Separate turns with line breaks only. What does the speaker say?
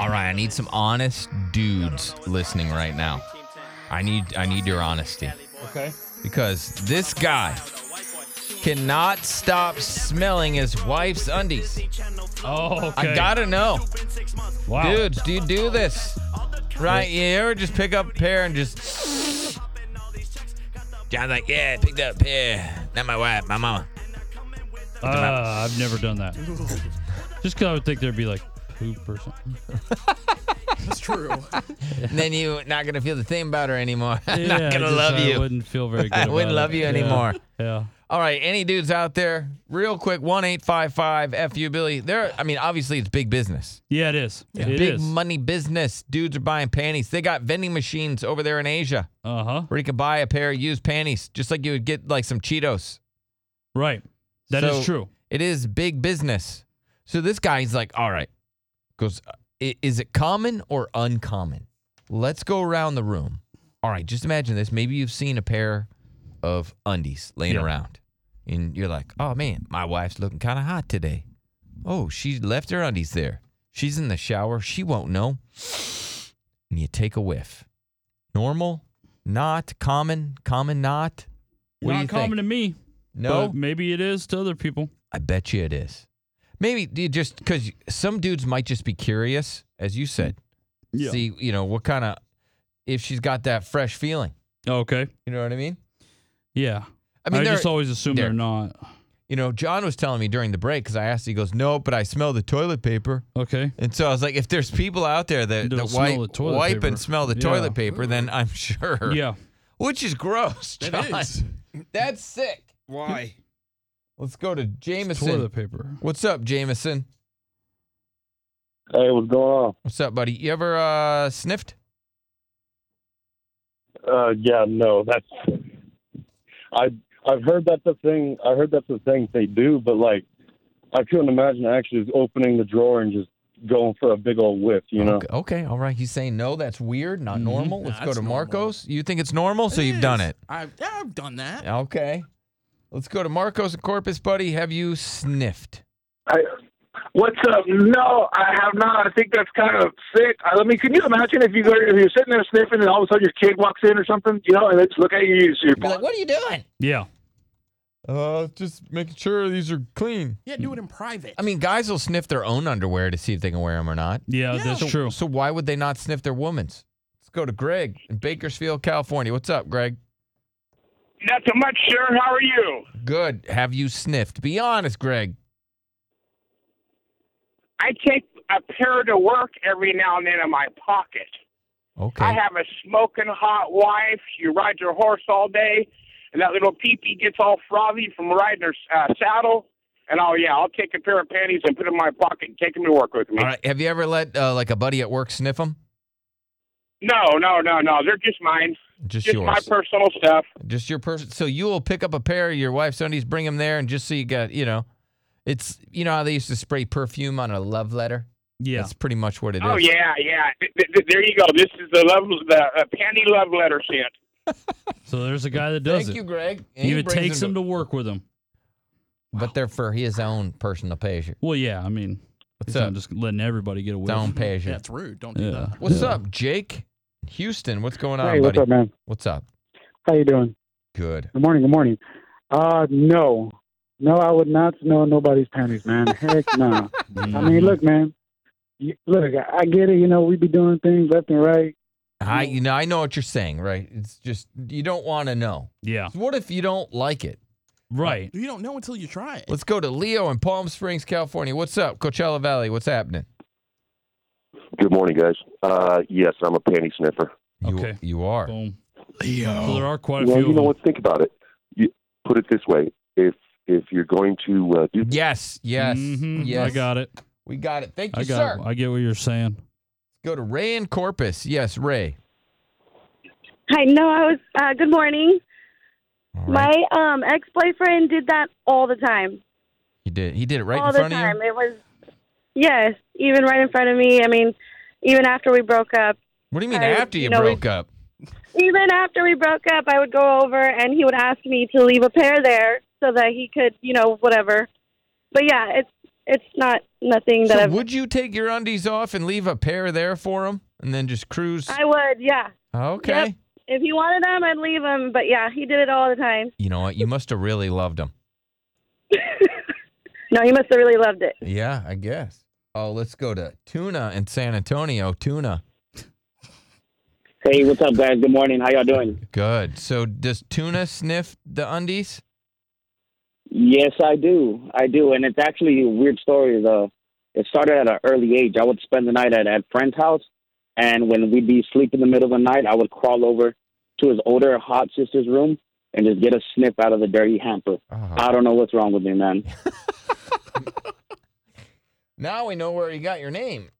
All right, I need some honest dudes listening right now. I need I need your honesty
Okay.
because this guy cannot stop smelling his wife's undies.
Oh, okay.
I gotta know,
Wow.
dudes. Do you do this? Right? You ever just pick up a pair and just? John's like, yeah, I picked up a pair. Not my wife, my mama.
Uh, I've never done that. Just because I would think there'd be like poop or something.
That's true.
And then you're not gonna feel the thing about her anymore. I'm
Yeah,
not gonna
just,
love
I
you.
wouldn't feel very good.
I wouldn't
about
love
it.
you
Yeah,
anymore.
Yeah.
All right, any dudes out there, real quick, one eight five five FU Billy. There, I mean, obviously it's big business,
Yeah, it is. It is.
big money business. Dudes are buying panties. They got vending machines over there in Asia
uh huh.
where you can buy a pair of used panties, just like you would get like some Cheetos.
Right. That is
So,
true.
It is big business. So this guy's like, all right, goes, "I- is it common or uncommon? Let's go around the room. All right, just imagine this. Maybe you've seen a pair of undies laying
Yeah.
around, and you're like, oh man, my wife's looking kind of hot today. Oh, she left her undies there. She's in the shower. She won't know. And you take a whiff. Normal, not common, common, not. What do
Not
you
common
think?
to me.
no,
But maybe it is to other people.
I bet you it is. Maybe you just because some dudes might just be curious, as you said.
Yeah.
See, you know, what kind of if she's got that fresh feeling.
Okay.
You know what I mean?
Yeah.
I mean, there-
just always assume
there-
they're not.
You know, John was telling me during the break because I asked, he goes, "No, but I smell the toilet paper."
Okay.
And so I was like, if there's people out there that,
That'll
that
smell
wipe,
the toilet
wipe
paper.
and smell the
Yeah.
toilet paper, then I'm sure.
Yeah.
Which is gross. John.
It is.
That's sick.
Why?
Let's go to Jameson.
Toilet paper.
What's up, Jameson?
Hey, what's going on?
What's up, buddy? You ever uh, sniffed?
Uh, yeah, no, that's I I've heard that's a thing. I heard that's a thing they do, but like I couldn't imagine actually just opening the drawer and just going for a big old whiff. You know?
Okay, okay, all right. He's saying no, that's weird, not
Mhm.
normal. Let's
Mm-hmm. Nah,
go
it's
to
normal.
Marcos. You think it's normal, so you've done
is.
it.
I, yeah, I've done that.
Okay. Let's go to Marcos and Corpus, buddy. Have you sniffed?
I, what's up? No, I have not. I think that's kind of sick. I, I mean, can you imagine if you go, if you're sitting there sniffing and all of a sudden your kid walks in or something, you know, and they just look at you, you just, you're
Be like, what are you doing?
Yeah.
Uh, just making sure these are clean.
Yeah, do it in private.
I mean, guys will sniff their own underwear to see if they can wear them or not.
Yeah.
Yeah.
That's true.
So why would they not sniff their woman's? Let's go to Greg in Bakersfield, California. What's up, Greg?
not too much, sir. How are you?
Good. Have you sniffed? Be honest, Greg.
I take a pair to work every now and then in my pocket.
Okay.
I have a smoking hot wife. She rides her horse all day, and that little peepee gets all frothy from riding her uh, saddle. And oh yeah, I'll take a pair of panties and put them in my pocket and take them to work with me.
All right. Have you ever let uh, like a buddy at work sniff them?
No, no, no, no. They're just mine.
Just,
Just
yours.
my personal stuff.
Just your person. So you will pick up a pair of your wife's undies, bring them there, and just so you got, you know, it's you know how they used to spray perfume on a love letter.
Yeah.
That's pretty much what it is.
Oh yeah, yeah. Th- th- th- there you go. This is the love, the uh, panty love letter scent.
So there's a guy that does
Thank
it.
you, Greg. And
He
he
even
brings
takes him to work with him.
but they're for his own personal pleasure.
Well, yeah. I mean,
What's
he's not
up?
just letting everybody get away.
His own
yeah,
pleasure.
it's rude. Don't do
Yeah.
that.
What's up, Jake? Houston, what's going on,
hey,
buddy?
what's up, man?
What's up?
How you doing?
Good.
Good morning. Good morning. Uh, no, no, I would not smell nobody's panties, man. Heck no.
Mm.
I mean, look, man. You, look, I, I get it. You know, we be doing things left and right.
I you know I know what you're saying, right? It's just you don't want to know.
Yeah.
What if you don't like it?
Right.
You don't know until you try it.
Let's go to Leo in Palm Springs, California. What's up, Coachella Valley? What's happening?
Good morning, guys. Uh, yes, I'm a panty sniffer.
You-
Okay.
you are.
Boom. So there
Leo.
are quite a
Well,
few.
you know
of
what? Think about it. You, put it this way: if if you're going to uh, do
Yes, yes,
them. Mhm,
yes.
I got it.
We got it. Thank you,
I got.
sir.
It. I get what you're saying.
Go to Ray and Corpus. Yes, Ray.
Hi, no, I was. Uh, good morning.
All right.
My um, ex boyfriend did that all the time.
He did. He did it right
all
in front
the
of
time.
you.
It was, yes, even right in front of me. I mean, even after we broke up,
What do you mean
I-
after you,
you know, we-
broke up?
even after we broke up, I would go over and he would ask me to leave a pair there so that he could, you know, whatever. But yeah, it's it's not nothing that
So
I've.
would you take your undies off and leave a pair there for him, and then just cruise?
I would, yeah.
okay.
Yep. If he wanted them, I'd leave them. But yeah, he did it all the time.
You know what? You must have really loved him.
No, he must have really loved it.
Yeah, I guess. Oh, let's go to Tuna in San Antonio. Tuna.
Hey, what's up, guys? Good morning. How y'all doing?
Good. So does Tuna sniff the undies?
Yes, I do. I do, and it's actually a weird story. The it started at an early age. I would spend the night at at friend's house, and when we'd be asleep in the middle of the night, I would crawl over to his older hot sister's room and just get a sniff out of the dirty hamper.
Uh-huh.
I don't know what's wrong with me, man.
Now we know where you got your name.